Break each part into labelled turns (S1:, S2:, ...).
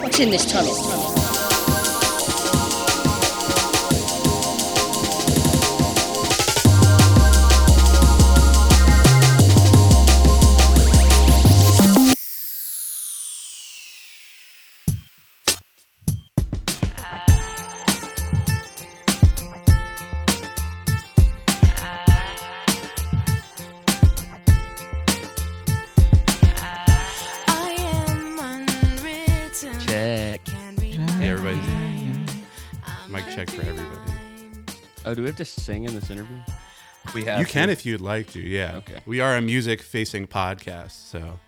S1: what's in this tunnel?
S2: I am unwritten.
S3: Check.
S2: Can be
S4: Yeah,
S3: everybody's-
S2: mine.
S3: Mic check for everybody.
S4: Oh, do we have to sing in this interview?
S3: We have
S5: You can
S3: to-
S5: if you'd like to, yeah.
S4: Okay.
S5: We are a music facing podcast, so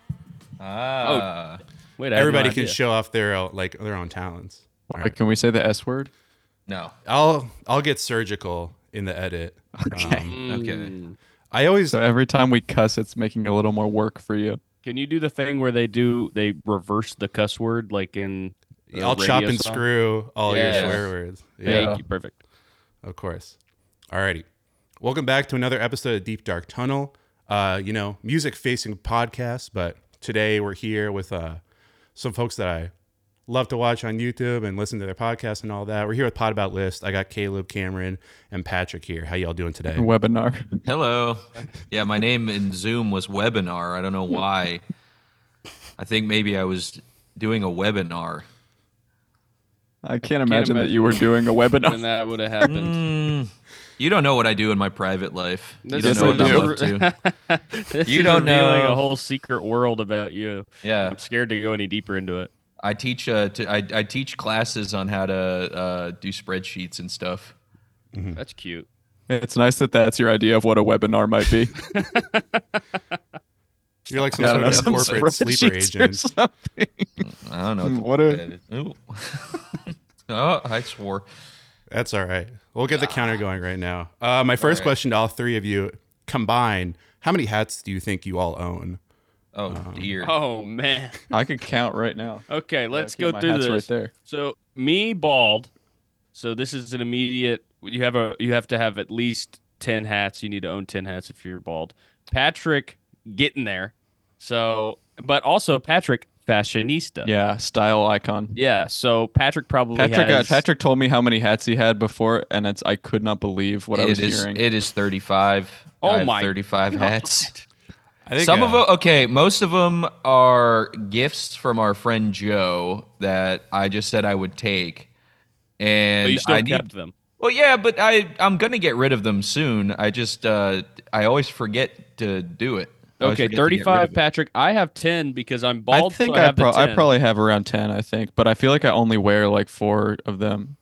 S3: Ah.
S4: Wait, I had no
S5: everybody can
S4: idea.
S5: show off their uh, like their own talents. All
S6: Like,
S5: right.
S6: can we say the S word?
S3: No.
S5: I'll I'll get surgical in the edit.
S6: Okay.
S5: Um,
S4: Mm.
S3: Okay.
S5: I always
S6: So every time we cuss, it's making a little more work for you.
S4: Can you do the thing where they do they reverse the cuss word like in? the
S5: I'll chop
S4: radio
S5: and
S4: song?
S5: screw all
S3: Yeah.
S5: your swear words.
S4: Thank
S6: Yeah.
S4: you. Perfect.
S5: Of course. Alrighty. Welcome back to another episode of Deep Dark Tunnel. Uh, you know, music facing podcast, but today we're here with uh some folks that I love to watch on YouTube and listen to their podcasts and all that. We're here with Pod About List. I got Caleb, Cameron, and Patrick here. How y'all doing today?
S6: Webinar.
S7: Hello. Yeah, my name in Zoom was webinar. I don't know why. I think maybe I was doing a webinar.
S6: I can't imagine that
S4: imagine.
S6: you were doing a
S4: When
S6: webinar.
S4: that would have happened.
S7: Mm, you don't know what I do in my private life. You
S4: This
S7: don't know
S4: is
S7: what I'm up
S4: revealing-
S7: to.
S4: This
S7: You
S4: is
S7: don't
S4: revealing
S7: know.
S4: a whole secret world about you.
S7: Yeah,
S4: I'm scared to go any deeper into it.
S7: I teach. Uh, t- I, I teach classes on how to uh, do spreadsheets and stuff. Hmm.
S4: That's cute.
S6: It's nice that that's your idea of what a webinar might be.
S5: You're like some
S6: I don't
S5: sort
S6: know,
S5: of
S6: some
S5: corporate sleeper
S6: spreadsheets or
S5: agent.
S6: something.
S7: I don't know.
S6: Hmm,
S7: the-
S6: what a-
S7: Ooh. oh, I swore.
S5: That's all right. We'll get the counter going right now. Uh, my first
S7: right.
S5: question to all three of you combined: How many hats do you think you all own?
S7: Oh dear.
S4: Oh man.
S6: I could count right now.
S4: Okay, let's
S6: I feel
S4: go
S6: my
S4: through
S6: hat's
S4: this.
S6: right there.
S4: So me bald. So this is an immediate. You have a. You have to have at least ten hats. You need to own ten hats if you're bald. Patrick getting there. So, but also Patrick fashionista.
S6: Yeah, style icon.
S4: Yeah. So Patrick probably
S6: Patrick, uh,
S4: has.
S6: Patrick told me how many hats he had before, and it's I could not believe what I was
S7: It is.
S6: hearing.
S7: It is thirty-five.
S4: Oh
S7: I have
S4: my
S7: Thirty-five hats.
S5: I think
S7: Some of
S5: uh,
S7: them, okay, most of them are gifts from our friend Joe that I just said I would take,
S4: So
S7: and
S4: you still
S7: I
S4: kept
S7: need.
S4: them.
S7: Well, yeah, but I I'm gonna get rid of them soon. I just uh I always forget to do it. I
S4: Okay,
S7: always forget to get rid
S4: thirty-five.
S7: of it.
S4: Patrick, I have ten because I'm
S6: I
S4: bald.
S6: think
S4: so I,
S6: I,
S4: have the
S6: pro- I
S4: 10.
S6: probably have around ten. I think, but I feel like I only wear like four of them,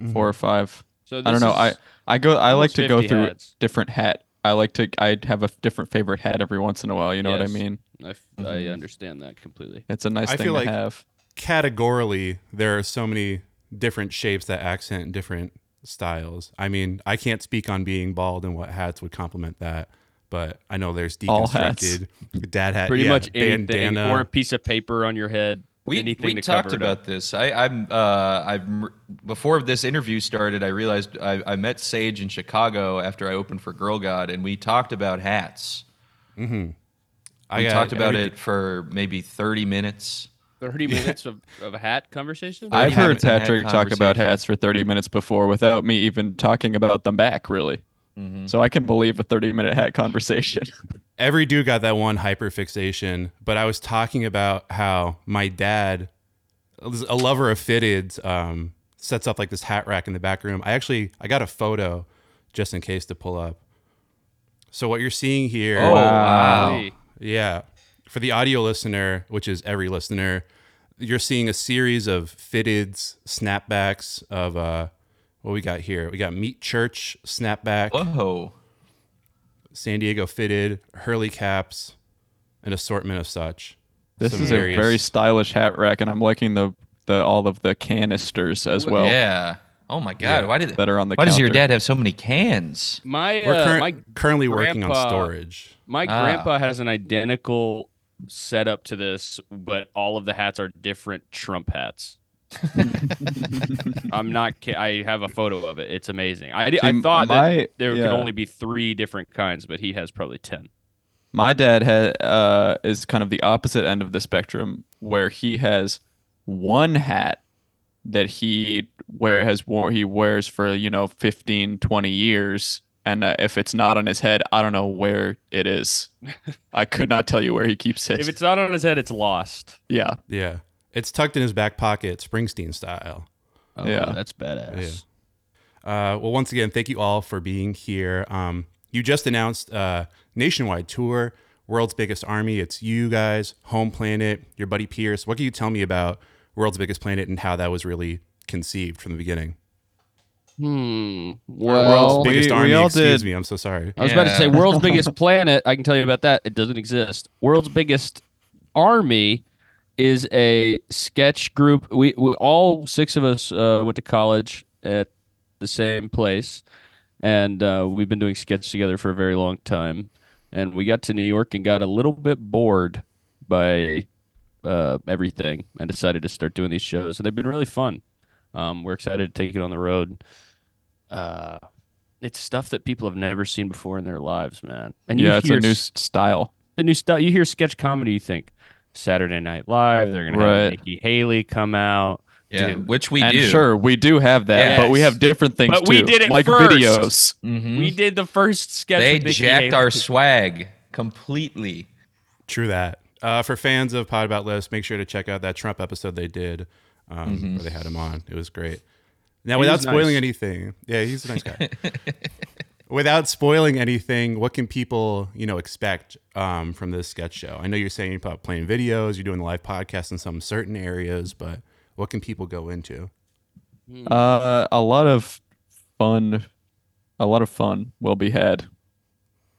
S5: Mm-hmm.
S6: four or five.
S4: So
S6: I don't
S4: this
S6: know.
S4: is-
S6: I I go. I like
S4: almost
S6: to go
S4: 50
S6: through
S4: hats.
S6: different hat. I like to. I have a f- different favorite hat every once in a while. You know what
S4: Yes.
S6: I mean?
S4: I, f- I understand that completely.
S6: It's a nice
S5: I
S6: thing
S5: feel
S6: to
S5: like-
S6: have.
S5: categorically, there are so many different shapes that accent different styles. I mean, I can't speak on being bald and what hats would complement that, but I know there's
S6: All hats.
S5: deconstructed dad hat,
S4: Pretty
S5: yeah,
S4: much anything,
S5: bandana.
S4: or a piece of paper on your head.
S7: We,
S4: anything
S7: we
S4: to
S7: talked
S4: cover it up.
S7: about this. I, I'm uh, I've m- before this interview started. I realized I, I met Sage in Chicago after I opened for Girl God, and we talked about hats.
S5: I
S7: We
S5: got
S7: talked about
S5: every-
S7: it for maybe thirty minutes.
S4: 30 minutes of, of a hat conversation?
S6: I've
S7: had
S6: heard
S7: a hat
S6: Patrick talk about
S7: conversation.
S6: hats for thirty minutes before without me even talking about them back really.
S4: Mm-hmm.
S6: So I can believe a thirty-minute hat conversation.
S5: every dude got that one hyperfixation, but I was talking about how my dad, a lover of fitteds, um, sets up like this hat rack in the back room. I actually I got a photo just in case to pull up. So what you're seeing here,
S7: Oh wow!
S4: Golly.
S5: yeah, for the audio listener, which is every listener, you're seeing a series of fitteds, snapbacks of uh, what we got here. We got Meat Church snapback.
S7: Whoa!
S5: San Diego fitted, Hurley caps, an assortment of such.
S6: This
S5: Some
S6: is
S5: various-
S6: a very stylish hat rack, and I'm liking the the all of the canisters as well.
S7: yeah. Oh my God!
S5: Yeah.
S7: Why did
S6: That are on the
S7: Why does your
S6: counter.
S7: dad have so many cans?
S4: My,
S5: We're
S4: uh,
S5: curr-
S4: my,
S5: currently working on
S4: grandpa-
S5: storage.
S4: my
S7: Ah.
S4: grandpa has an identical setup to this, but all of the hats are different Trump hats. I'm not ki- I have a photo of it. It's amazing. I, di- I
S6: See,
S4: thought
S6: my-
S4: that there
S6: yeah.
S4: could only be three different kinds, but he has probably 10.
S6: My dad had uh, is kind of the opposite end of the spectrum, where he has one hat that he wear has worn he wears for you know 15 20 years and uh, if it's not on his head i don't know where it is i could not tell you where he keeps it
S4: If it's not on his head, it's lost.
S6: yeah
S5: Yeah. It's tucked in his back pocket, Springsteen style.
S4: Oh,
S6: Yeah.
S4: that's badass.
S5: Yeah. Uh, well, once again, thank you all for being here. Um, you just announced a nationwide tour, World's Biggest Army. It's you guys, Home Planet, your buddy Pierce. What can you tell me about World's Biggest Planet and how that was really conceived from the beginning?
S4: Hmm.
S5: World's
S4: Well,
S5: Biggest
S4: we,
S5: Army.
S4: we all
S5: excuse
S4: did.
S5: me. I'm so sorry.
S4: I was about to say
S7: Yeah.
S4: world's biggest planet. I can tell you about that. It doesn't exist. World's biggest army is a sketch group. We, we all six of us uh, went to college at the same place, and uh, we've been doing sketch together for a very long time. And we got to New York and got a little bit bored by uh, everything, and decided to start doing these shows. And they've been really fun. Um, we're excited to take it on the road. Uh, it's stuff that people have never seen before in their lives, man. And you
S6: yeah it's
S4: hear
S6: a new
S4: s-
S6: s- style
S4: the new stuff. You hear sketch comedy, you think Saturday Night Live. They're gonna have
S6: Right.
S4: Nikki Haley come out.
S7: Yeah,
S4: Dude.
S7: which we
S6: and
S7: do.
S6: sure we do have that but we
S7: Yes.
S6: have different things
S4: But
S6: too,
S4: we did it
S6: like
S4: first.
S6: videos
S7: Mhm.
S4: We did the first sketch.
S7: they
S4: with Nikki
S7: jacked
S4: Haley.
S7: our swag completely.
S5: True that. Uh, for fans of Pod About List, make sure to check out that Trump episode they did um,
S6: Mm-hmm.
S5: where they had him on. It was great. Now, without
S4: was nice.
S5: spoiling anything, yeah, he's a nice guy. without spoiling anything, what can people you know expect um, from this sketch show? I know you're saying you're about playing videos, you're doing the live podcast in some certain areas, but what can people go into?
S6: uh, a lot of fun a lot of fun will be had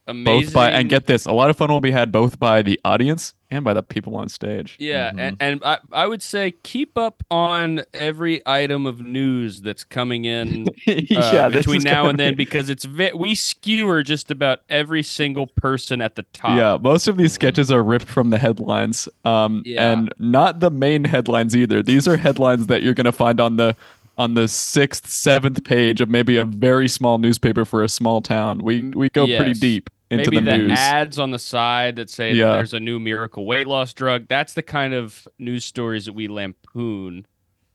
S4: amazing.
S6: both by and get this a lot of fun will be had both by the audience and by the people on stage
S4: Yeah, and, and I, I would say keep up on every item of news that's coming in uh,
S6: this
S4: between
S6: is
S4: now
S6: gonna
S4: and then
S6: be-
S4: because it's vi- we skewer just about every single person at the top.
S6: yeah most of these sketches are ripped from the headlines um
S4: Yeah.
S6: and not the main headlines either these are headlines that you're gonna find on the on the sixth seventh page of maybe a very small newspaper for a small town we we go pretty
S4: Mm, Yes.
S6: deep into
S4: Maybe
S6: the news
S4: ads on the side that say that
S6: Yeah.
S4: there's a new miracle weight loss drug. That's the kind of news stories that we lampoon.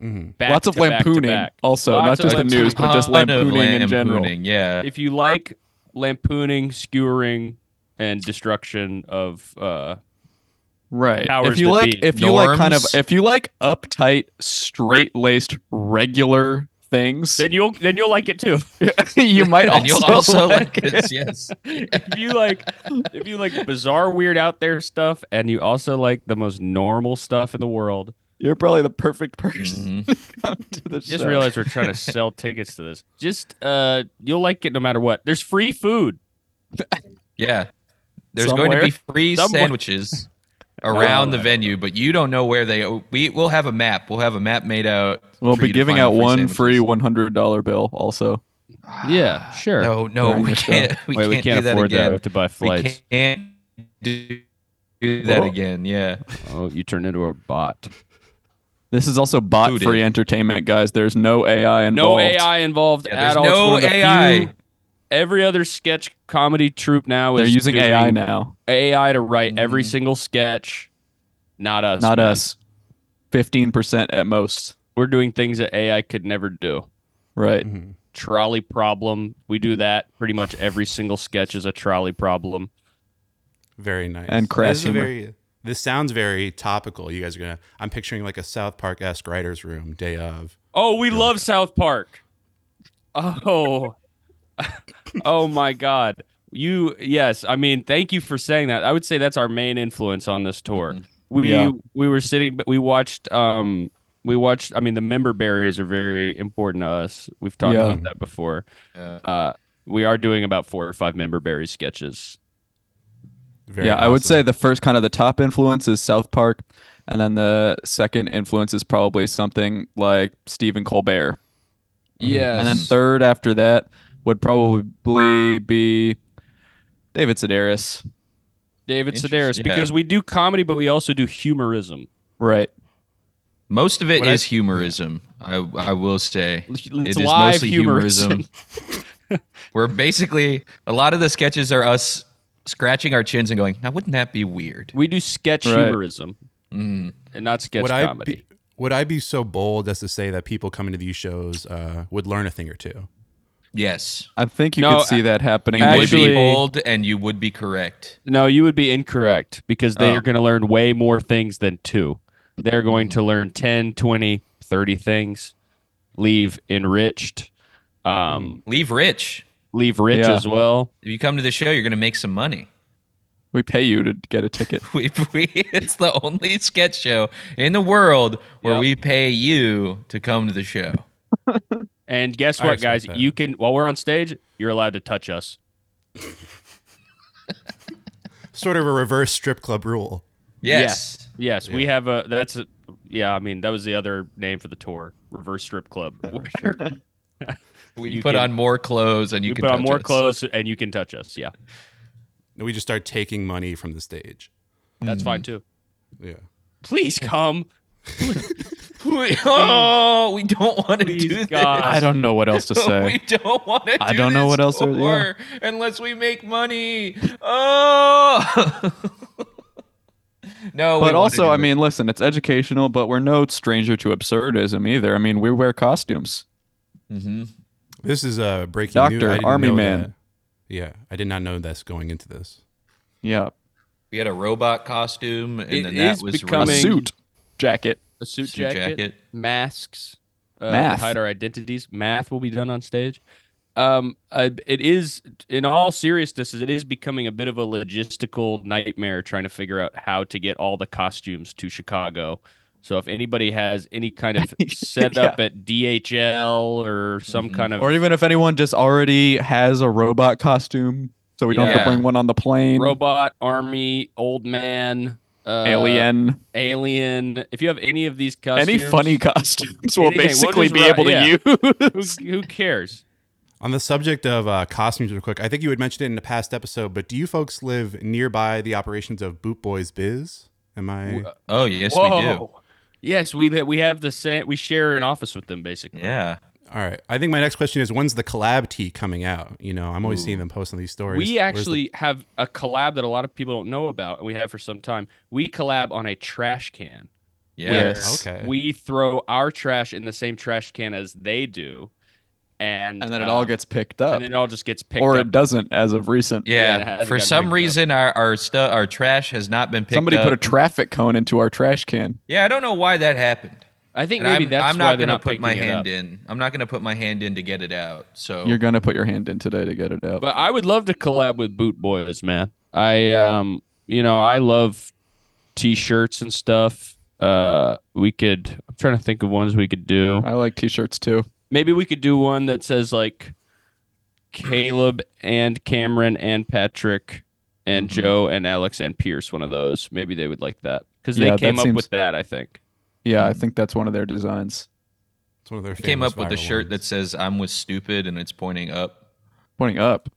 S5: Mhm.
S4: back
S6: lots of
S4: to back to
S6: lampooning
S4: back.
S6: also
S4: Lots
S6: not
S4: of
S6: just the
S4: lampooning.
S6: news but just
S7: Ton of
S6: lampooning, in general
S7: lampooning, Yeah.
S4: If you like lampooning, skewering, and destruction of uh,
S6: right
S4: powers
S6: if you
S4: that
S6: like
S4: be.
S6: if you like kind of
S7: Norms.
S6: if you like uptight straight laced regular things
S4: then you'll then you'll like it too.
S6: you might also,
S7: and you'll also like this. Yes.
S4: if you like if you like bizarre, weird, out there stuff, and you also like the most normal stuff in the world,
S6: you're probably the perfect person
S7: Mhm.
S6: to come to the
S4: just
S6: show.
S4: realize we're trying to sell tickets to this. Just uh, you'll like it no matter what. There's free food.
S7: Yeah. There's going to be free
S4: Somewhere.
S7: sandwiches around the venue, but you don't know where they. oh, We we'll have a map. We'll have a map made out.
S6: We'll
S7: for
S6: be
S7: you to
S6: giving
S7: find
S6: out
S7: free
S6: one
S7: sandwiches.
S6: free one hundred dollar bill. Also,
S4: Yeah, sure.
S7: Ah, No, no,
S6: During
S7: we
S6: the show.
S7: can't. We
S4: Wait,
S7: can't,
S4: we can't
S7: do
S4: afford
S7: that
S4: that.
S7: again.
S4: We have to buy flights.
S7: We can't do, do that
S6: Well-
S7: again. Yeah.
S4: Oh, you turned into a bot.
S6: this is also bot free
S7: Booted.
S6: entertainment, guys. There's no AI
S4: No
S6: involved.
S4: AI involved
S7: Yeah,
S4: at
S7: there's
S4: all. It's
S7: no
S4: one of the
S7: AI.
S4: few- every other sketch comedy troupe now is
S6: They're using
S4: doing
S6: AI now,
S4: AI to write every single sketch. Not us.
S6: not
S4: man.
S6: us. Fifteen percent at most.
S4: We're doing things that AI could never do.
S6: Right.
S4: Trolley problem. We do that pretty much every single sketch is a trolley problem.
S5: Very nice
S6: And crass
S5: This is a
S6: humor.
S5: very- this sounds very topical. You guys are gonna. I'm picturing like a South Park esque writers' room day of.
S4: Oh, we love South Park. Oh. oh my god. You yes, I mean, thank you for saying that. I would say that's our main influence on this tour. We
S6: Mm-hmm. Yeah.
S4: we were sitting but we watched um we watched I mean the member barriers are very important to us. We've talked
S6: Yeah.
S4: about that before.
S7: Uh,
S4: Uh we are doing about four or five member berry sketches.
S5: Very
S6: yeah, I would
S5: awesome.
S6: say the first kind of the top influence is South Park, and then the second influence is probably something like Stephen Colbert.
S4: Yes.
S6: And then third after that would probably be David Sedaris.
S4: David
S7: Interesting.
S4: Sedaris,
S7: Yeah.
S4: because we do comedy, but we also do humorism.
S6: Right.
S7: most of it
S5: What I-
S7: is humorism. I I will say
S4: It's
S7: it is
S4: live
S7: mostly
S4: humorism.
S7: humorism. We're basically a lot of the sketches are us scratching our chins and going, "Now wouldn't that be weird?"
S4: We do sketch
S6: Right.
S7: Mm-hmm.
S4: humorism and not sketch
S5: would I
S4: comedy.
S5: Be, would I be so bold as to say that people coming to these shows uh, would learn a thing or two?
S7: Yes.
S6: I think you
S4: No,
S6: could see that happening.
S7: You
S6: maybe-
S7: would
S4: Actually-
S7: be bold and you would be correct.
S4: No, you would be incorrect because they
S7: Oh.
S4: are going to learn way more things than two. They're going to learn 10, 20, 30 things, leave enriched, um,
S7: Leave rich.
S4: leave rich
S6: Yeah.
S4: as well.
S7: If you come to the show, you're going to make some money.
S6: we pay you to get a ticket.
S7: We, we, it's the only sketch show in the world where
S4: Yep.
S7: we pay you to come to the show.
S4: And guess
S5: I
S4: what,
S5: respect
S4: guys?
S5: that.
S4: You can, while we're on stage, you're allowed to touch us.
S5: Sort of a reverse strip club rule.
S7: Yes.
S4: Yes, we have a, that's a, yeah, I mean, that was the other name for the tour, Reverse Strip Club.
S7: We
S4: You
S7: put
S4: can-
S7: on more clothes and you,
S4: you
S7: can
S4: put on
S7: touch
S4: more
S7: us.
S4: clothes and you can touch us. Yeah,
S5: We just start taking money from the stage.
S4: that's fine
S6: Mm-hmm.
S4: too.
S5: Yeah.
S4: Please come.
S7: oh, we don't want to
S4: Please,
S7: do this.
S4: God.
S6: I don't know what else to
S7: We
S6: say.
S7: don't want to.
S6: I don't know what else there- yeah.
S7: Or unless we make money. Oh. no. we
S6: But
S7: wanna
S6: also,
S7: do
S6: I
S7: it.
S6: mean, listen, it's educational, but we're no stranger to absurdism either. I mean, we wear costumes.
S7: Mm-hmm.
S5: This is a uh, breaking news.
S6: Doctor,
S5: I didn't
S6: army
S5: know
S6: man.
S5: that. Yeah, I did not know that's going into this.
S6: Yeah,
S7: we had a robot costume, and
S4: It
S7: then that
S4: is
S7: was
S6: a
S4: becoming-
S7: really-
S6: suit, jacket.
S4: A suit,
S7: Suit
S4: jacket.
S7: jacket.
S4: masks uh,
S6: Math.
S4: to hide our identities. Math will be done on stage. Um, I, it is, in all seriousness, it is becoming a bit of a logistical nightmare trying to figure out how to get all the costumes to Chicago. So if anybody has any kind of setup at DHL or some kind of
S6: Or even if anyone just already has a robot costume, so we don't have
S7: Yeah.
S6: to bring one on the plane.
S4: robot army, old man, uh,
S6: Alien.
S4: alien. If you have any of these costumes,
S6: Any funny costumes we'll
S4: Anything, we'll
S6: basically
S4: just
S6: be
S4: ri-
S6: able to
S4: who,
S6: use.
S4: who cares?
S5: On the subject of uh, costumes, real quick, I think you had mentioned it in a past episode, but do you folks live nearby the operations of Boot Boys Biz? Am I?
S4: uh,
S7: Oh yes, we do.
S4: Yes, we we have the same. We share an office with them, basically.
S7: Yeah.
S5: All right. I think my next question is when's the collab tee coming out? You know, I'm always seeing them post on these stories.
S4: We
S5: Where's the-
S4: actually have a collab that a lot of people don't know about, and we have for some time. We collab on a trash can.
S7: Yes.
S5: okay.
S4: We throw our trash in the same trash can as they do, and
S6: And then it
S4: uh,
S6: all gets picked up.
S4: and then it all just gets picked
S6: Or
S4: up.
S6: it doesn't as of recent.
S7: Yeah.
S4: it hasn't
S7: For
S4: gotten
S7: some
S4: picked up.
S7: reason, our our stuff, our trash has not been picked
S6: Somebody
S7: up.
S6: put a traffic cone into our trash can.
S7: yeah, I don't know why that happened.
S4: I think
S7: And
S4: maybe
S7: I'm,
S4: that's
S7: I'm
S4: why
S7: not
S4: they're
S7: gonna
S4: not
S7: put my
S4: picking it
S7: hand
S4: up.
S7: in. I'm not going to put my hand in to get it out. So
S6: You're gonna put your hand in today to get it out.
S4: Oh. But I would love to collab with Boot Boys, man. I um, you know, I love t-shirts and stuff. Uh, we could. I'm trying to think of ones we could do.
S6: I like t-shirts too.
S4: Maybe we could do one that says like Caleb and Cameron and Patrick and
S6: Mm-hmm.
S4: Joe and Alex and Pierce. One of those. Maybe they would like that because they
S6: Yeah, that
S4: came up
S6: seems-
S4: with that. I think.
S6: Yeah, I think that's one of their designs.
S5: It's one of their
S7: I came
S5: famous
S7: up with a
S5: viral
S7: shirt
S5: ones.
S7: that says "I'm with stupid" and it's pointing up
S6: Pointing up.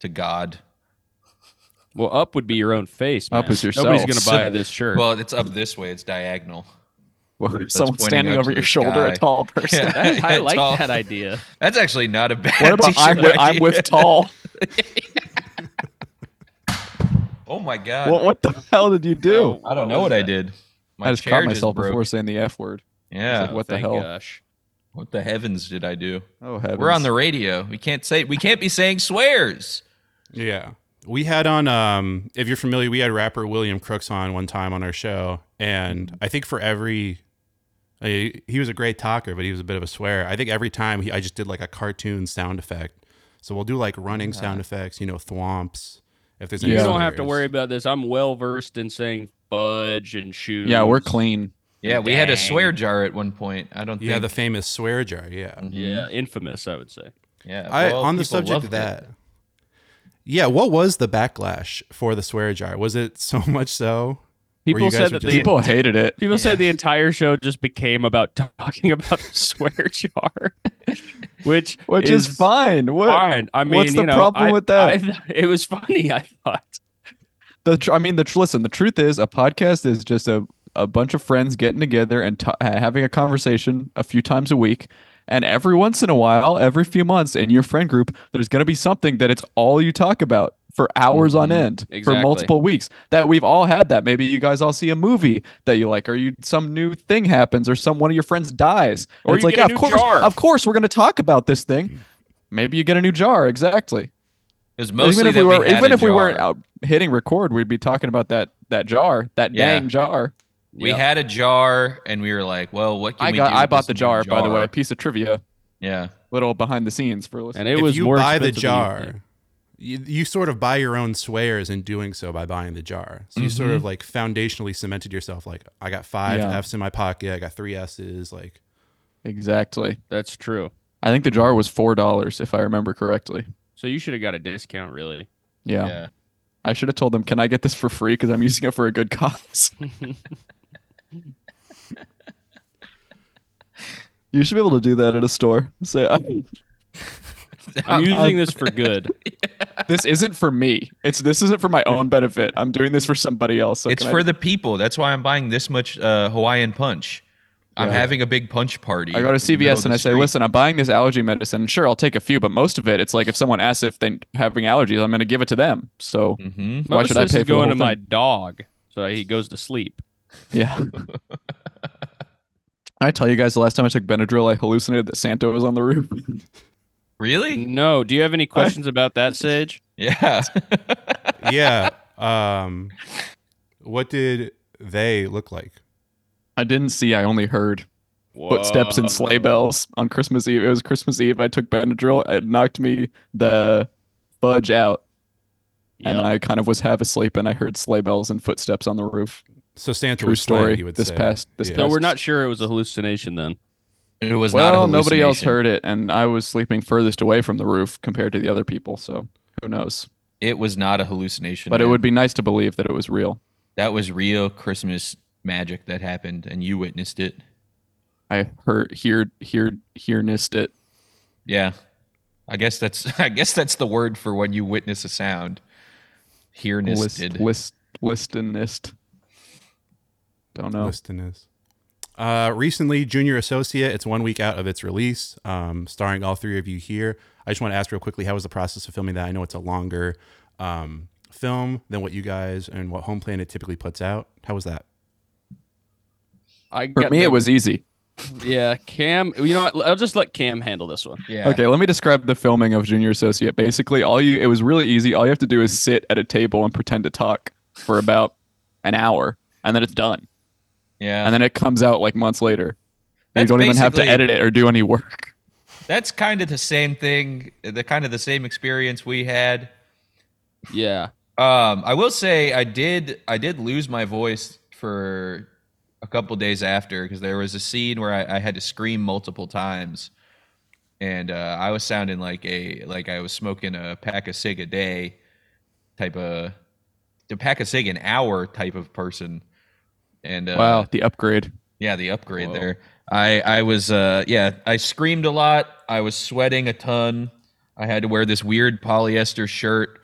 S7: to God.
S4: Well, up would be your own face.
S6: Up
S4: man.
S6: is yourself.
S4: Nobody's gonna buy
S7: So-
S4: this shirt.
S7: Well, it's up this way. It's diagonal. pointing
S6: Someone standing
S7: up
S6: over
S7: to
S6: your
S7: the
S6: shoulder,
S7: sky.
S6: a tall person.
S7: Yeah.
S4: That- I
S7: it's
S4: like
S7: all-
S4: that idea.
S7: That's actually not a bad.
S6: What about I'm
S7: t-shirt
S6: with, I'm
S7: idea.
S6: with tall?
S7: Oh my God!
S6: what, what the hell did you do?
S7: I don't know what I did. My
S6: I just
S7: chair
S6: caught myself
S7: broke.
S6: before saying the f word.
S7: Yeah.
S6: what the
S4: Thank
S6: hell?
S4: Gosh.
S7: What the heavens did I do?
S6: Oh heavens!
S7: We're on the radio. We can't say. We can't be saying swears.
S5: Yeah. We had on um if you're familiar, we had rapper William Crooks on one time on our show and I think for every I- he was a great talker, but he was a bit of a swear. I think every time he, I just did like a cartoon sound effect. So we'll do like running sound effects, you know, thwomps. If there's any
S4: You
S6: Yeah.
S4: don't have to
S5: swears.
S4: worry about this. I'm well versed in saying fudge and shoes.
S6: Yeah, we're clean.
S7: Yeah, we had a
S4: Dang.
S7: swear jar at one point. I don't.
S5: Yeah, the
S7: think,
S5: famous swear jar. Yeah.
S4: Yeah, infamous, I would say.
S7: yeah.
S5: I
S7: Mm-hmm. well,
S5: on the
S7: people
S5: subject
S7: loved
S5: of
S7: it.
S5: that. Yeah, what was the backlash for the swear jar? Was it so much so? where you
S4: People
S5: guys
S4: said
S5: were
S4: that
S5: just-
S4: the, people,
S6: People hated it.
S4: said the entire show just became about talking about the swear jar, which
S6: Which is, fine. What?
S4: fine. I mean,
S6: What's the
S4: you know,
S6: problem
S4: I-
S6: with that?
S4: I- it was funny. I thought.
S6: The tr- I mean, the tr- listen. The truth is, a podcast is just a a bunch of friends getting together and t- having a conversation a few times a week. And every once in a while, every few months in your friend group, there's going to be something that it's all you talk about for hours on end for
S4: Mm-hmm. Exactly.
S6: multiple weeks. That we've all had that. Maybe you guys all see a movie that you like, or you some new thing happens, or some one of your friends dies. and
S4: Or
S6: it's
S4: you
S6: like,
S4: get a
S6: of
S4: new
S6: course,
S4: jar."
S6: of course, we're going to talk about this thing. Maybe you get a new jar. Exactly.
S7: was mostly
S6: even if
S7: that
S6: we
S7: we
S6: were,
S7: had
S6: even
S7: a
S6: if we weren't
S7: jar.
S6: out hitting record, we'd be talking about that that jar, that
S7: Yeah.
S6: dang jar.
S7: we
S4: Yeah.
S7: had a jar, and we were like, "Well, what can
S6: I
S7: we
S6: got,
S7: do
S6: I
S7: with
S6: bought
S7: this
S6: the
S7: new
S6: jar, by the way. A piece of trivia,
S7: Yeah,
S6: little behind the scenes for listeners.
S4: and it
S5: if
S4: was
S5: you
S4: more
S5: buy the
S4: expensive than you
S5: jar, you, you sort of buy your own swears in doing so by buying the jar. So you sort
S4: Mm-hmm.
S5: of like foundationally cemented yourself. Like I got five
S6: Yeah.
S5: F's in my pocket. I got three S's. Like
S6: Exactly.
S4: That's true.
S6: I think the jar was four dollars, if I remember correctly.
S4: So you should have got a discount, really.
S6: Yeah.
S7: yeah.
S6: I should have told them, can I get this for free? Because I'm using it for a good cause. you should be able to do that at a store. Say, I-
S4: I'm using this for good.
S6: this isn't for me. It's this isn't for my own benefit. I'm doing this for somebody else. So
S7: it's
S6: can I-
S7: for the people. That's why I'm buying this much uh, Hawaiian punch. I'm
S6: Yeah.
S7: having a big punch party.
S6: I go
S7: in
S6: to
S7: the middle
S6: CVS
S7: of
S6: and
S7: the
S6: I say,
S7: street.
S6: listen, I'm buying this allergy medicine. and Sure, I'll take a few, but most of it, it's like if someone asks if they're having allergies, I'm going to give it to them. So
S7: Mhm.
S6: why
S4: Most
S6: should
S4: of
S6: I
S4: this
S6: pay
S4: is
S6: for the
S4: going
S6: whole
S4: to my
S6: thing?
S4: dog, so he goes to sleep.
S6: Yeah. I tell you guys, the last time I took Benadryl, I hallucinated that Santa was on the roof.
S7: really?
S4: No, do you have any questions about that, Sage?
S7: Yeah.
S5: yeah. um, what did they look like?
S6: I didn't see. I only heard footsteps and sleigh bells on Christmas Eve. It was Christmas Eve. I took Benadryl. It knocked me the fudge out, and
S4: Yep.
S6: I kind of was half asleep. And I heard sleigh bells and footsteps on the roof.
S5: So Santa
S6: True
S5: was slaying,
S6: story.
S5: you would
S6: This
S5: say.
S6: past- this
S4: So
S6: past-
S4: we're not sure it was a hallucination then.
S7: it was not. a
S6: well, nobody else
S7: hallucination.
S6: heard it, and I was sleeping furthest away from the roof compared to the other people. So who knows?
S7: It was not a hallucination.
S6: But it
S7: man.
S6: would be nice to believe that it was real.
S7: That was real Christmas magic that happened, and you witnessed it.
S6: I heard, hear, hear, hear-nessed it.
S7: Yeah. I guess that's. I guess that's the word for when you witness a sound.
S6: List,
S7: Hearnisted.
S6: list, listenist. Don't know.
S5: Liston is. Uh, recently, Junior Associate. It's one week out of its release, um, starring all three of you here. I just want to ask real quickly, how was the process of filming that? I know it's a longer um, film than what you guys and what Home Planet typically puts out. How was that?
S4: I got
S6: For me,
S4: the-
S6: it was easy.
S4: yeah. Cam, you know what? I'll just let Cam handle this one.
S7: Yeah.
S6: Okay, let me describe the filming of Junior Associate. Basically, all you it was really easy. All you have to do is sit at a table and pretend to talk for about an hour, and then it's done.
S7: Yeah.
S6: And then it comes out like months later. And you
S7: That's
S6: don't even have to
S7: basically-
S6: edit it or do any work.
S7: that's kind of the same thing. The kind of the same experience we had.
S4: Yeah.
S7: Um, I will say I did I did lose my voice for a couple days after because there was a scene where I, I had to scream multiple times, and uh, I was sounding like a like I was smoking a pack of cig a day type of the pack of cig an hour type of person, and uh,
S6: wow, the upgrade.
S7: yeah, the upgrade
S4: Whoa.
S7: there. I I was uh yeah, I screamed a lot. I was sweating a ton. I had to wear this weird polyester shirt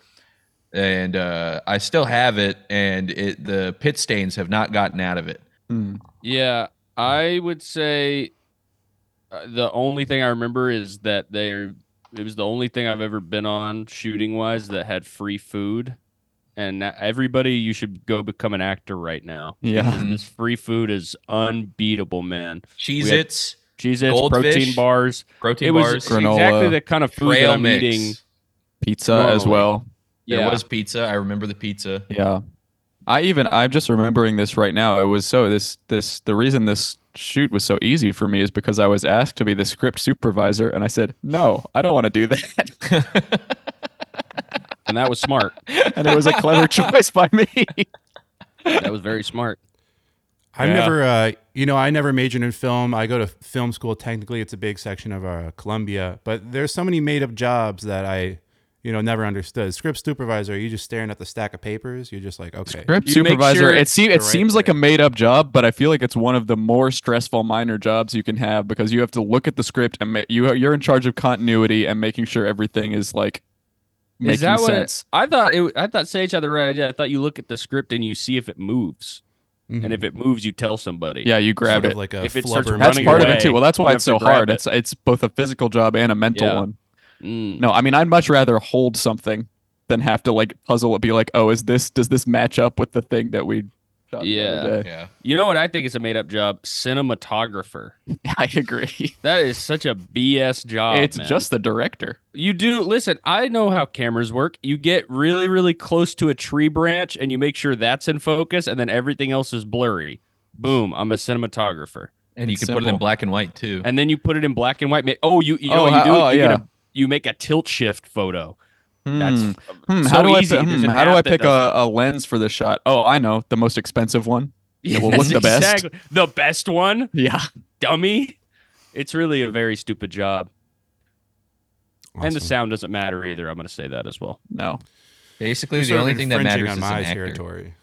S7: and uh I still have it and it the pit stains have not gotten out of it.
S6: Hmm.
S4: Yeah, I would say uh, the only thing I remember is that they it was the only thing I've ever been on shooting wise that had free food. And now- everybody, you should go become an actor right now.
S6: Yeah.
S4: This free food is unbeatable, man.
S7: Cheez Its,
S4: Cheez Its,
S7: Goldfish,
S4: protein bars.
S7: protein
S4: It was
S7: bars,
S6: Granola,
S4: exactly the kind of food that
S7: trail
S4: I'm
S7: mix.
S4: eating.
S6: Pizza as
S4: Normally.
S6: well.
S4: Yeah,
S7: There was pizza. I remember the pizza.
S6: Yeah. I even I'm just remembering this right now. It was so this this the reason this shoot was so easy for me is because I was asked to be the script supervisor and I said, "No, I don't want to do that."
S4: and that was smart.
S6: and it was a clever choice by me.
S4: that was very smart.
S5: I've
S6: Yeah.
S5: never, uh, you know, I never majored in film. I go to film school. Technically, it's a big section of uh, Columbia, but there's so many made up jobs that I, you know, never understood. Script supervisor, you just staring at the stack of papers. You're just like, okay,
S6: Script
S4: You make
S6: supervisor.
S4: sure
S6: it
S4: it's
S6: seems
S5: the
S6: it
S5: right
S6: seems like a
S5: thing.
S6: made up job, but I feel like it's one of the more stressful minor jobs you can have because you have to look at the script and ma- you you're in charge of continuity and making sure everything is like making
S4: is that what it-
S6: sense.
S4: I thought? It, I thought Sage had the right idea. I thought you look at the script and you see if it moves, and if it moves, you tell somebody.
S6: yeah, you
S5: Mm-hmm. sort
S6: grabbed
S5: of
S6: it.
S5: like a
S4: If it starts
S5: flubber
S6: That's
S4: running
S6: part of
S4: away,
S6: it too. Well, that's
S4: you
S6: why
S4: have
S6: it's
S4: to
S6: so
S4: grab
S6: hard.
S4: it.
S6: It's it's both a physical job and a mental
S4: Yeah.
S6: one.
S4: Mm.
S6: No, I mean I'd much rather hold something then have to like puzzle it, be like, oh, is this does this match up with the thing that we? shot the other
S4: Yeah.
S6: day?
S7: Yeah.
S4: You know what I think is a made up job? Cinematographer.
S6: I agree.
S4: That is such a BS job.
S6: it's
S4: Oh, man.
S6: just the director.
S4: You do listen. I know how cameras work. You get really, really close to a tree branch, and you make sure that's in focus, and then everything else is blurry. Boom! I'm a cinematographer,
S7: And you
S6: It's
S7: can put it in
S6: simple.
S7: black and white too.
S4: and then you put it in black and white. Ma- Oh, you, you know
S6: Oh,
S4: what you
S6: ha-
S4: do?
S6: oh,
S4: you, get a-
S6: yeah.
S4: you make a tilt shift photo. That's
S6: That's
S4: so
S6: how do
S4: easy.
S6: I, hmm,
S4: There's an
S6: how do
S4: app
S6: I
S4: that
S6: pick
S4: does
S6: a, a lens for this shot? Oh, I know the most expensive one.
S4: Yeah,
S6: well, what's the best?
S4: The best one,
S6: Yeah,
S4: dummy. It's really a very stupid job, and the
S5: Awesome.
S4: sound doesn't matter either. I'm going to say that as well.
S6: no.
S7: Basically,
S5: You're
S7: the
S5: sort of
S7: only thing that
S5: infringing
S7: matters is
S5: on
S7: an
S5: my
S7: actor.
S5: territory.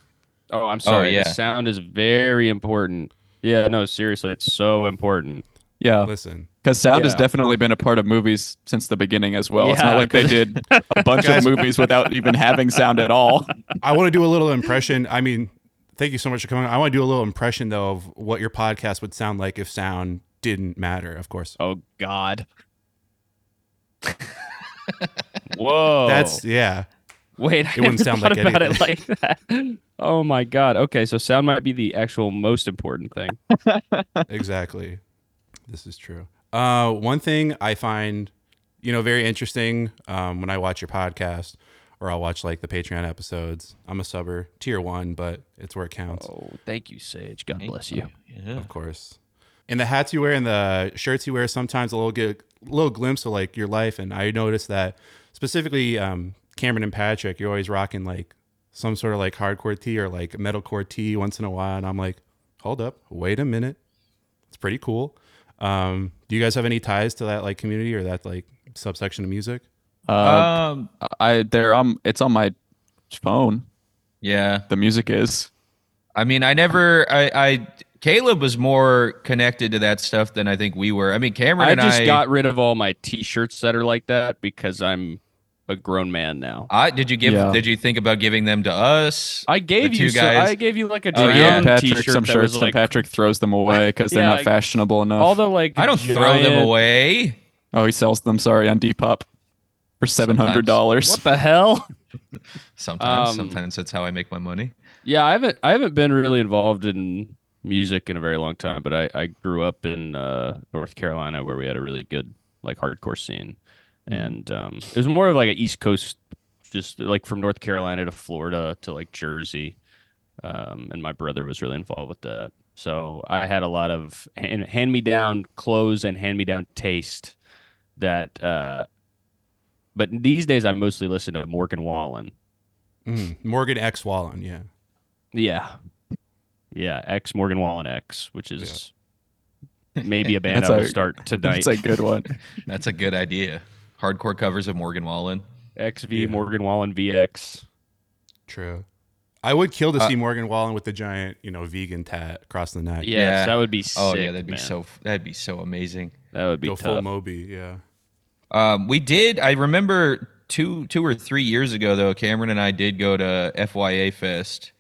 S4: Oh, I'm sorry.
S7: yeah.
S4: The sound is very important. Yeah, no, seriously, it's so important.
S7: Oh.
S6: Yeah,
S5: Listen,
S6: because sound has
S4: Yeah.
S6: definitely been a part of movies since the beginning as well. it's
S4: Yeah,
S6: not like they did a bunch
S5: Guys-
S6: of movies without even having sound at all.
S5: I want to do a little impression. I mean, thank you so much for coming. I want to do a little impression though of what your podcast would sound like if sound didn't matter. Of course,
S4: Oh God.
S7: Oh.
S4: Whoa.
S5: that's yeah.
S4: wait. I
S5: it wouldn't
S4: never
S5: sound
S4: thought
S5: like
S4: about it like that. Oh my God. Okay, so sound might be the actual most important thing.
S5: exactly. This is true. Uh, one thing I find, you know, very interesting um, when I watch your podcast or I'll watch like the Patreon episodes. I'm a subber, tier one, but it's where it counts,
S4: Oh, thank you, Sage. God bless you.
S7: Yeah.
S5: of course. And the hats you wear and the shirts you wear, sometimes a little get a little glimpse of like your life. And I noticed that specifically, um, Cameron and Patrick, you're always rocking like some sort of like hardcore tee or like metalcore tee once in a while. And I'm like, hold up, wait a minute. It's pretty cool. Um, do you guys have any ties to that like community or that like subsection of music?
S6: Uh,
S7: Um.
S6: I there um, it's on my phone.
S7: Yeah.
S6: The music is.
S7: I mean, I never. I. I Caleb was more connected to that stuff than I think we were. I mean, Cameron
S4: I
S7: and
S4: just
S7: I
S4: got rid of all my T-shirts that are like that because I'm a grown man now.
S7: I did you give?
S6: Yeah.
S7: Did you think about giving them to us?
S4: I gave
S7: The
S4: you.
S7: two
S4: so-
S7: guys-
S4: I gave you like a
S7: Oh,
S4: brown
S7: yeah.
S6: yeah, Patrick.
S4: T-shirt
S6: Some
S4: that was
S6: shirts.
S4: like
S6: and Patrick throws them away because they're
S4: Yeah,
S6: not
S4: I-
S6: fashionable enough.
S4: all the like.
S7: I don't throw them
S4: giant-
S7: away.
S6: oh, he sells them. Sorry, on Depop for seven hundred dollars.
S4: What the hell?
S7: Sometimes,
S4: Um,
S7: sometimes that's how I make my money.
S4: Yeah, I haven't I haven't been really involved in music in a very long time, but I, I grew up in uh, North Carolina where we had a really good like hardcore scene, and um, it was more of like an East Coast, just like from North Carolina to Florida to like Jersey, um, and my brother was really involved with that. So I had a lot of hand, hand me down clothes and hand me down taste that. Uh, but these days, I mostly listen to Morgan Wallen.
S5: Mm, Morgan X Wallen, yeah.
S4: Yeah. Yeah, X Morgan Wallen X, which is maybe a band
S6: That's
S4: I will
S6: a-
S4: start tonight.
S6: That's a good one.
S7: That's a good idea. Hardcore covers of Morgan Wallen.
S4: XV
S5: Yeah.
S4: Morgan Wallen VX.
S5: True. I would kill to
S7: Uh,
S5: see Morgan Wallen with the giant, you know, vegan tat across the neck.
S4: Yes,
S7: Yeah.
S4: that would be sick.
S7: Oh yeah, that'd be
S4: man.
S7: so. That'd be so amazing.
S4: That would be
S5: Go full
S4: tough.
S5: Moby, yeah.
S7: Um, we did. I remember two two or three years ago though. Cameron and I did go to FYA Fest.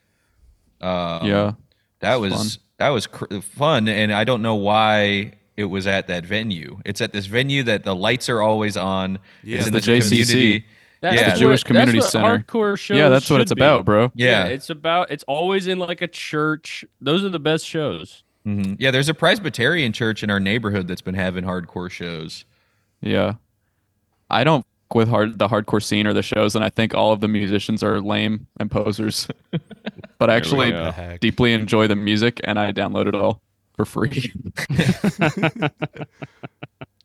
S7: Um,
S6: yeah.
S4: Oh,
S7: that
S6: it's
S7: was that was cr- fun, and I don't know why it was at that venue. It's at this venue that the lights are always on.
S5: Yeah,
S7: It's in
S6: the
S7: this
S6: JCC.
S7: community.
S4: That's
S7: Yeah.
S4: what-
S6: Jewish
S4: that's
S6: Community
S4: what
S6: Center.
S4: Hardcore shows
S6: yeah, that's what
S4: should
S6: it's
S4: be.
S6: about, bro.
S7: Yeah,
S4: it's about it's always in like a church. Those are the best shows.
S7: Mhm. yeah. There's a Presbyterian church in our neighborhood that's been having hardcore shows.
S6: Yeah. I don't f- with hard the hardcore scene or the shows, and I think all of the musicians are lame and posers. but I actually
S4: go.
S5: The heck?
S6: deeply enjoy the music, and I download it all for free.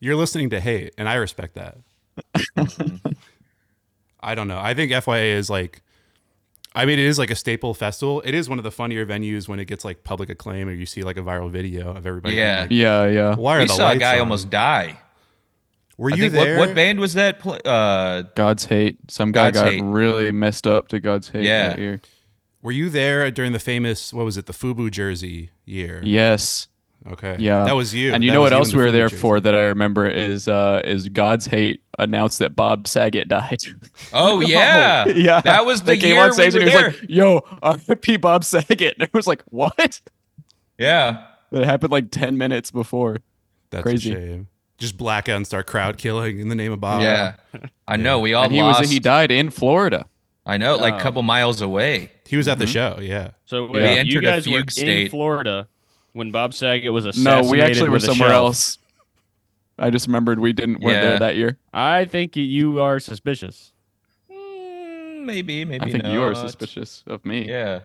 S5: You're listening to hate, and I respect that.
S7: Mm-hmm.
S5: I don't know. I think FYA is like, I mean, it is like a staple festival. It is one of the funnier venues when it gets like public acclaim or you see like a viral video of everybody. being
S7: Yeah.
S5: like,
S6: yeah, yeah.
S5: Why are
S7: we
S5: the
S7: saw a
S5: lights
S7: guy
S5: on?"
S7: almost die.
S5: Were
S7: I
S5: you
S7: think,
S5: there?
S7: What, what band was that? Pl- uh,
S6: God's hate. Some guy
S7: God's
S6: got
S7: Hate.
S6: really messed up to God's hate
S7: Yeah.
S6: that year.
S5: Were you there during the famous what was it, the FUBU jersey year?
S6: Yes.
S5: Okay.
S6: Yeah.
S5: That was you.
S6: And you
S5: That
S6: know
S5: was
S6: what
S5: in
S6: else
S5: the
S6: we were
S5: FUBU
S6: there
S5: jersey.
S6: for that I remember is uh is God's hate announced that Bob Saget died.
S7: oh yeah,
S6: yeah.
S7: That was the
S6: they came
S7: year
S6: on stage
S7: we
S6: and he
S7: were
S6: was like, "Yo, R.I.P. Bob Saget." And I was like, "What?"
S7: yeah.
S6: That happened like 10 minutes before.
S5: That's
S6: Crazy.
S5: a shame. Just black out and start crowd killing in the name of Bob.
S7: Yeah. I know. We all
S6: "Uh." and he
S7: lost.
S6: was he died in Florida.
S7: I know, like a
S4: Oh.
S7: couple miles away.
S5: He was at
S6: Mm-hmm.
S5: the show. Yeah.
S4: So
S7: We
S4: wait, you
S7: entered a
S4: guys were
S7: fugue state.
S4: in Florida when Bob Saget was
S6: No,
S4: assassinated.
S6: we actually were
S4: with a
S6: somewhere
S4: shell.
S6: else. I just remembered we didn't weren't
S7: Yeah.
S6: there that year.
S4: I think you are suspicious.
S7: Mm, maybe, maybe.
S6: I think you are
S7: not.
S6: suspicious of me.
S7: Yeah.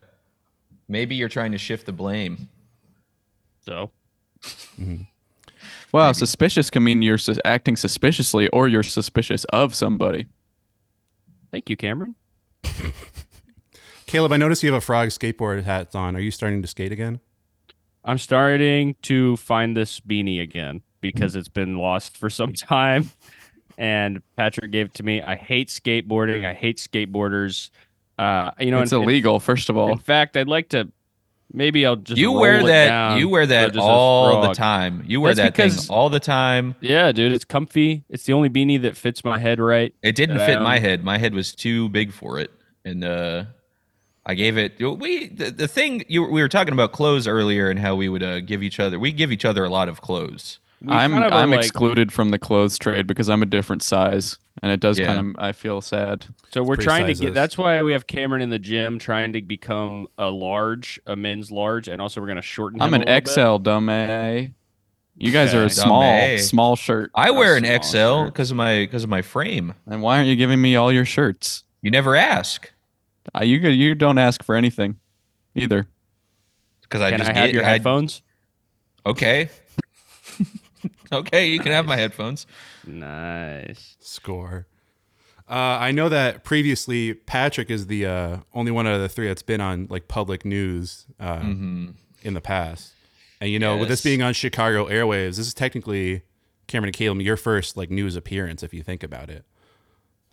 S7: Maybe you're trying to shift the blame.
S4: So
S6: Wow, suspicious can mean you're sus- acting suspiciously or you're suspicious of somebody.
S4: thank you, Cameron.
S5: Caleb, I noticed you have a frog skateboard hat on. Are you starting to skate again?
S4: I'm starting to find this beanie again because it's been lost for some time. And Patrick gave it to me. I hate skateboarding. I hate skateboarders. Uh, you know,
S6: it's
S4: in,
S6: illegal, first of all.
S4: in fact, I'd like to. Maybe I'll just
S7: you
S4: roll
S7: wear
S4: it
S7: that.
S4: down
S7: You wear
S4: so it
S7: that
S4: just says
S7: all the
S4: frog.
S7: time. You wear
S4: That's
S7: that thing
S4: because-
S7: all the time.
S4: Yeah, dude, it's comfy. It's the only beanie that fits my head right.
S7: It didn't
S4: That I
S7: fit my
S4: own.
S7: head. My head was too big for it, and uh, I gave it. We the, the thing you we were talking about clothes earlier and how we would uh, give each other. We give each other a lot of clothes.
S4: We
S6: I'm
S4: kind of are
S6: I'm
S4: like-
S6: excluded from the clothes trade because I'm a different size, and it does
S7: Yeah.
S6: kind of I feel sad.
S4: So we're
S5: Three
S4: trying to
S5: sizes.
S4: get. That's why we have Cameron in the gym trying to become a large, a men's large, and also we're gonna shorten.
S6: I'm
S4: him
S6: an
S4: a little bit.
S6: XL dummy. You guys are a
S4: Okay.
S6: small
S7: Dummy.
S6: small shirt.
S7: I
S4: A
S7: wear an
S4: small
S7: XL
S4: shirt.
S7: because of my because of my frame.
S6: And why aren't you giving me all your shirts?
S7: You never ask
S6: Uh, you go- you don't ask for anything, either.
S7: because I
S4: Can
S7: just
S4: I have
S7: get-
S4: your
S7: I-
S4: headphones?
S7: Okay. okay, you can have my headphones.
S4: Nice.
S5: Score. Uh, I know that previously Patrick is the uh, only one out of the three that's been on like public news uh,
S7: Mm-hmm.
S5: in the past, and you know with this
S7: Hmm. Yes.
S5: being on Chicago Airwaves, this is technically Cameron and Caleb your first like news appearance if you think about it.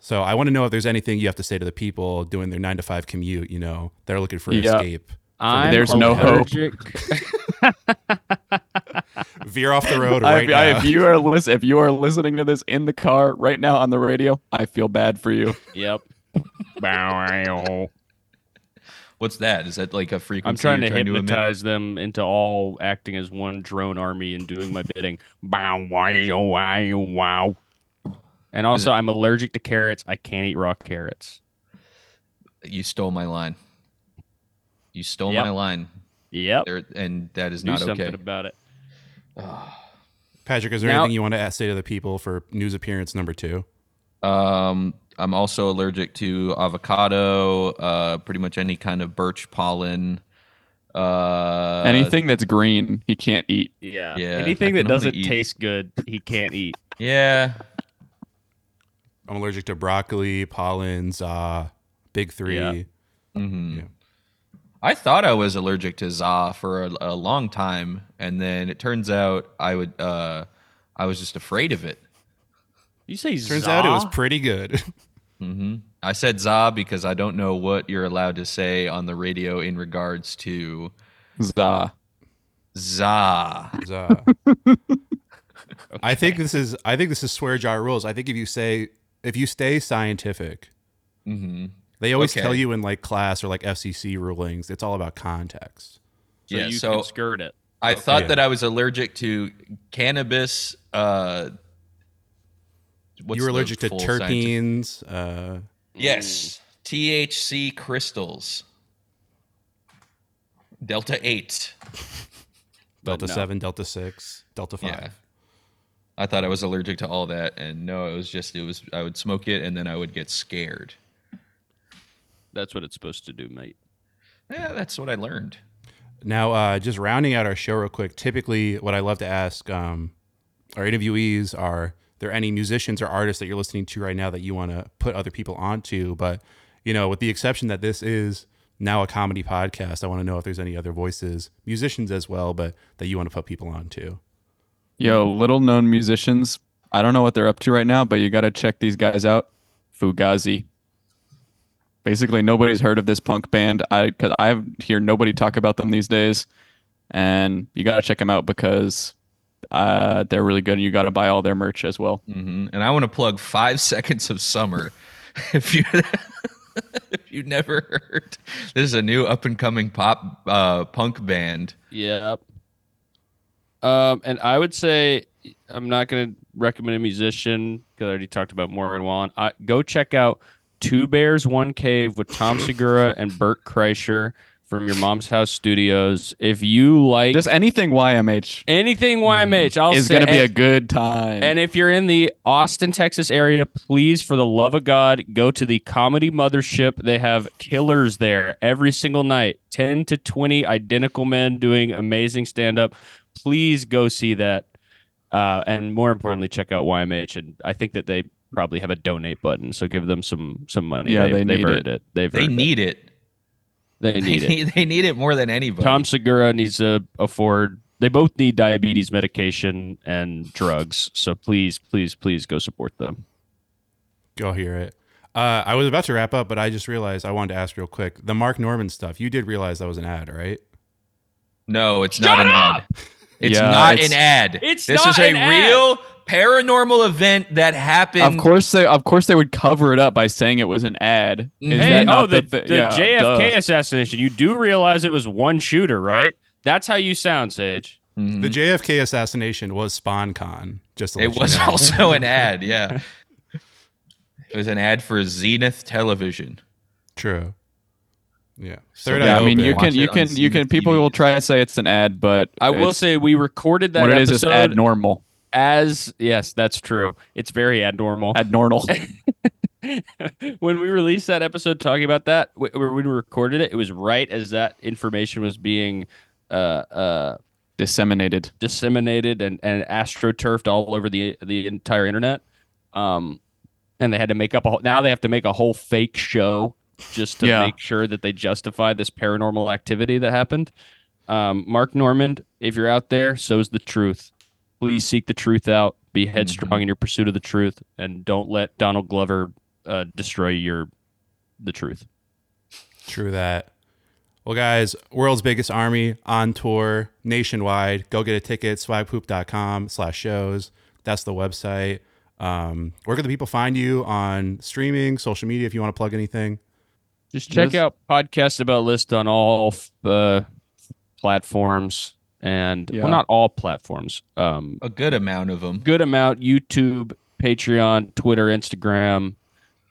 S5: So I want to know if there's anything you have to say to the people doing their nine to five commute. You know they're looking for
S6: Yeah.
S5: escape,
S4: I'm
S6: There's no hope.
S4: allergic-
S5: veer off the road
S6: I-
S5: right
S6: I-
S5: now.
S6: if you are lis- if you are listening to this in the car right now on the radio, I feel bad for you.
S4: yep. Bow.
S7: What's that? Is that like a frequency?
S4: I'm trying to
S7: you're emit?
S4: hypnotize them into all acting as one drone army and doing my bidding. Bow, wow, wow, wow. And also, I'm allergic to carrots. I can't eat raw carrots.
S7: You stole my line. You stole
S4: Yep.
S7: my line.
S4: Yep.
S7: There, and that is
S4: Do
S7: not
S4: something
S7: okay.
S4: about it.
S5: Patrick, is there
S4: Now-
S5: anything you want to say to the people for news appearance number two?
S7: Um, I'm also allergic to avocado, uh, pretty much any kind of birch pollen. Uh,
S6: Anything that's green, he can't eat.
S4: Yeah.
S7: Yeah, I
S4: Anything that
S7: can only
S4: doesn't
S7: eat-
S4: taste good, he can't eat.
S7: Yeah.
S5: I'm allergic to broccoli, pollens, uh, big three.
S4: Yeah.
S7: Mhm.
S5: Yeah.
S7: I thought I was allergic to za for a, a long time, and then it turns out I would. Uh, I was just afraid of it.
S4: You say
S5: Turns out it was
S4: za?
S5: pretty good.
S7: hmm I said za because I don't know what you're allowed to say on the radio in regards to
S6: Zah.
S7: za.
S5: Za. I think this is I think this is swear jar rules. I think if you say if you stay scientific,
S7: Mm-hmm.
S5: they always
S7: Okay.
S5: tell you in like class or like FCC rulings, it's all about context.
S4: So
S7: yeah,
S4: you
S7: so-
S4: can skirt it.
S7: I thought
S5: Yeah.
S7: that I was allergic to cannabis. Uh, what's
S5: you were
S7: the
S5: allergic to
S7: full scientific-
S5: terpenes. Uh,
S7: Yes, THC crystals, delta eight.
S5: Delta
S7: no.
S5: seven, Delta six, Delta five.
S7: Yeah. I thought I was allergic to all that, and no, it was just it was I would smoke it and then I would get scared.
S4: That's what it's supposed to do, mate.
S7: Yeah, that's what I learned.
S5: Now, uh, just rounding out our show real quick. Typically, what I love to ask um, our interviewees are: there any musicians or artists that you're listening to right now that you want to put other people onto? But you know, with the exception that this is now a comedy podcast, I want to know if there's any other voices, musicians as well, but that you want to put people onto.
S6: Yo, little known musicians. I don't know what they're up to right now, but you got to check these guys out. Fugazi. Basically, nobody's heard of this punk band. I cause I hear nobody talk about them these days, and you got to check them out because uh, they're really good. And you got to buy all their merch as well.
S7: hmm And I want to plug five seconds of summer. if you if you never heard, this is a new up and coming pop uh, punk band.
S4: Yep. Um, and I would say I'm not going to recommend a musician because I already talked about Morgan Wallen. I, go check out Two Bears, One Cave with Tom Segura and Burt Kreischer from your mom's house studios. If you like
S6: Just anything YMH
S4: anything YMH, I'll
S6: is
S4: say-
S6: going to be a good time.
S4: and if you're in the Austin, Texas area, please, for the love of God, go to the Comedy Mothership. They have killers there every single night 10 to 20 identical men doing amazing stand up. Please go see that. Uh, and more importantly, check out YMH. And I think that they probably have a donate button. So give them some some money.
S6: Yeah, they
S4: have
S6: need
S4: earned it. They've
S7: They
S4: earned it.
S7: need it.
S4: They
S7: They
S4: need it.
S7: need, they need it more than anybody.
S4: Tom Segura needs to afford. They both need diabetes medication and drugs. So please, please, please go support them.
S5: Go hear it. Uh, I was about to wrap up, but I just realized I wanted to ask real quick the Mark Norman stuff. You did realize that was an ad, right?
S7: No, it's not an ad. It's
S6: Yeah,
S7: not
S6: it's-
S7: an ad.
S4: It's
S7: this
S4: not
S7: is a
S4: an ad.
S7: real paranormal event that happened.
S6: of course they of course they would cover it up by saying it was an ad. Is
S7: Hey,
S6: that
S4: oh,
S6: not
S4: the, the,
S6: thi- yeah,
S4: JFK
S6: duh.
S4: assassination. You do realize it was one shooter, right? That's how you sound, Sage.
S7: Mhm.
S5: The JFK assassination was SpawnCon. Just to let
S7: It
S5: you
S7: was
S5: know.
S7: also an ad. Yeah. It was an ad for Zenith Television.
S5: true. Yeah.
S7: So,
S5: Third
S6: Yeah,
S5: eye
S6: I mean,
S5: open.
S6: you
S7: Watch
S6: can, you
S7: it on
S6: can, you can.
S7: Zenith
S6: People
S7: TV.
S6: will try to say it's an ad, but
S4: I will
S6: it's-
S4: say we recorded that
S6: what it is is
S4: episode
S6: abnormal,
S4: as yes, that's true. It's very abnormal.
S6: abnormal.
S4: when we released that episode talking about that, wh- wh- when we recorded it, it was right as that information was being uh, uh,
S6: disseminated.
S4: disseminated and, and astroturfed all over the the entire internet. Um, and they had to make up a whole, now they have to make a whole fake show just to
S6: Yeah.
S4: make sure that they justify this paranormal activity that happened. Um, Mark Normand, if you're out there, so is the truth. Please seek the truth out. Be headstrong in your pursuit of the truth, and don't let Donald Glover uh, destroy your the truth.
S5: True that. Well, guys, World's Biggest Army on tour nationwide. Go get a ticket, swagpoop.com slash shows. That's the website. Um, where can the people find you on streaming, social media, if you want to plug anything?
S4: Just check
S6: Yes.
S4: out podcast about list on all f- uh, platforms and
S6: Yeah.
S4: well, not all platforms. Um,
S7: A good amount of them.
S4: good amount YouTube, Patreon, Twitter, Instagram.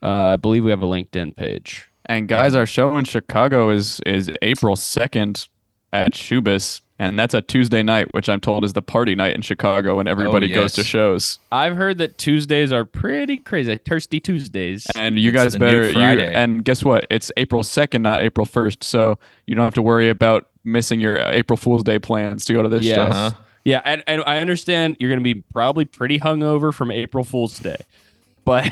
S4: Uh, I believe we have a LinkedIn page.
S6: And guys, our show in Chicago is is April second at Shubis, and that's a Tuesday night, which I'm told is the party night in Chicago, and everybody
S4: Oh,
S7: yes.
S6: goes to shows.
S4: I've heard that Tuesdays are pretty crazy, thirsty Tuesdays.
S6: And you guys
S7: the new
S6: better. You,
S7: Friday.
S6: and guess what? It's April second, not April first, so you don't have to worry about missing your uh, April Fool's Day plans to go to this
S4: Yeah.
S6: show.
S7: Uh-huh.
S4: Yeah, and, and I understand you're going to be probably pretty hungover from April Fool's Day, but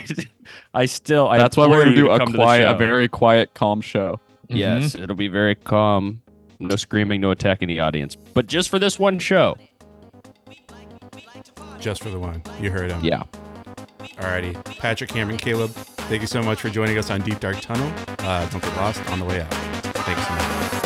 S4: I still I
S6: That's why
S4: implore
S6: we're gonna
S4: you
S6: do a
S4: come to the
S6: quiet, a
S4: show.
S6: very quiet, calm show.
S4: Yes, it'll be very calm. No screaming, no attacking the audience. But just for this one show.
S5: Just for the one. You heard him.
S4: Yeah.
S5: Alrighty. Patrick, Cameron, Caleb, thank you so much for joining us on Deep Dark Tunnel. Uh, don't get lost on the way out. Thanks so much.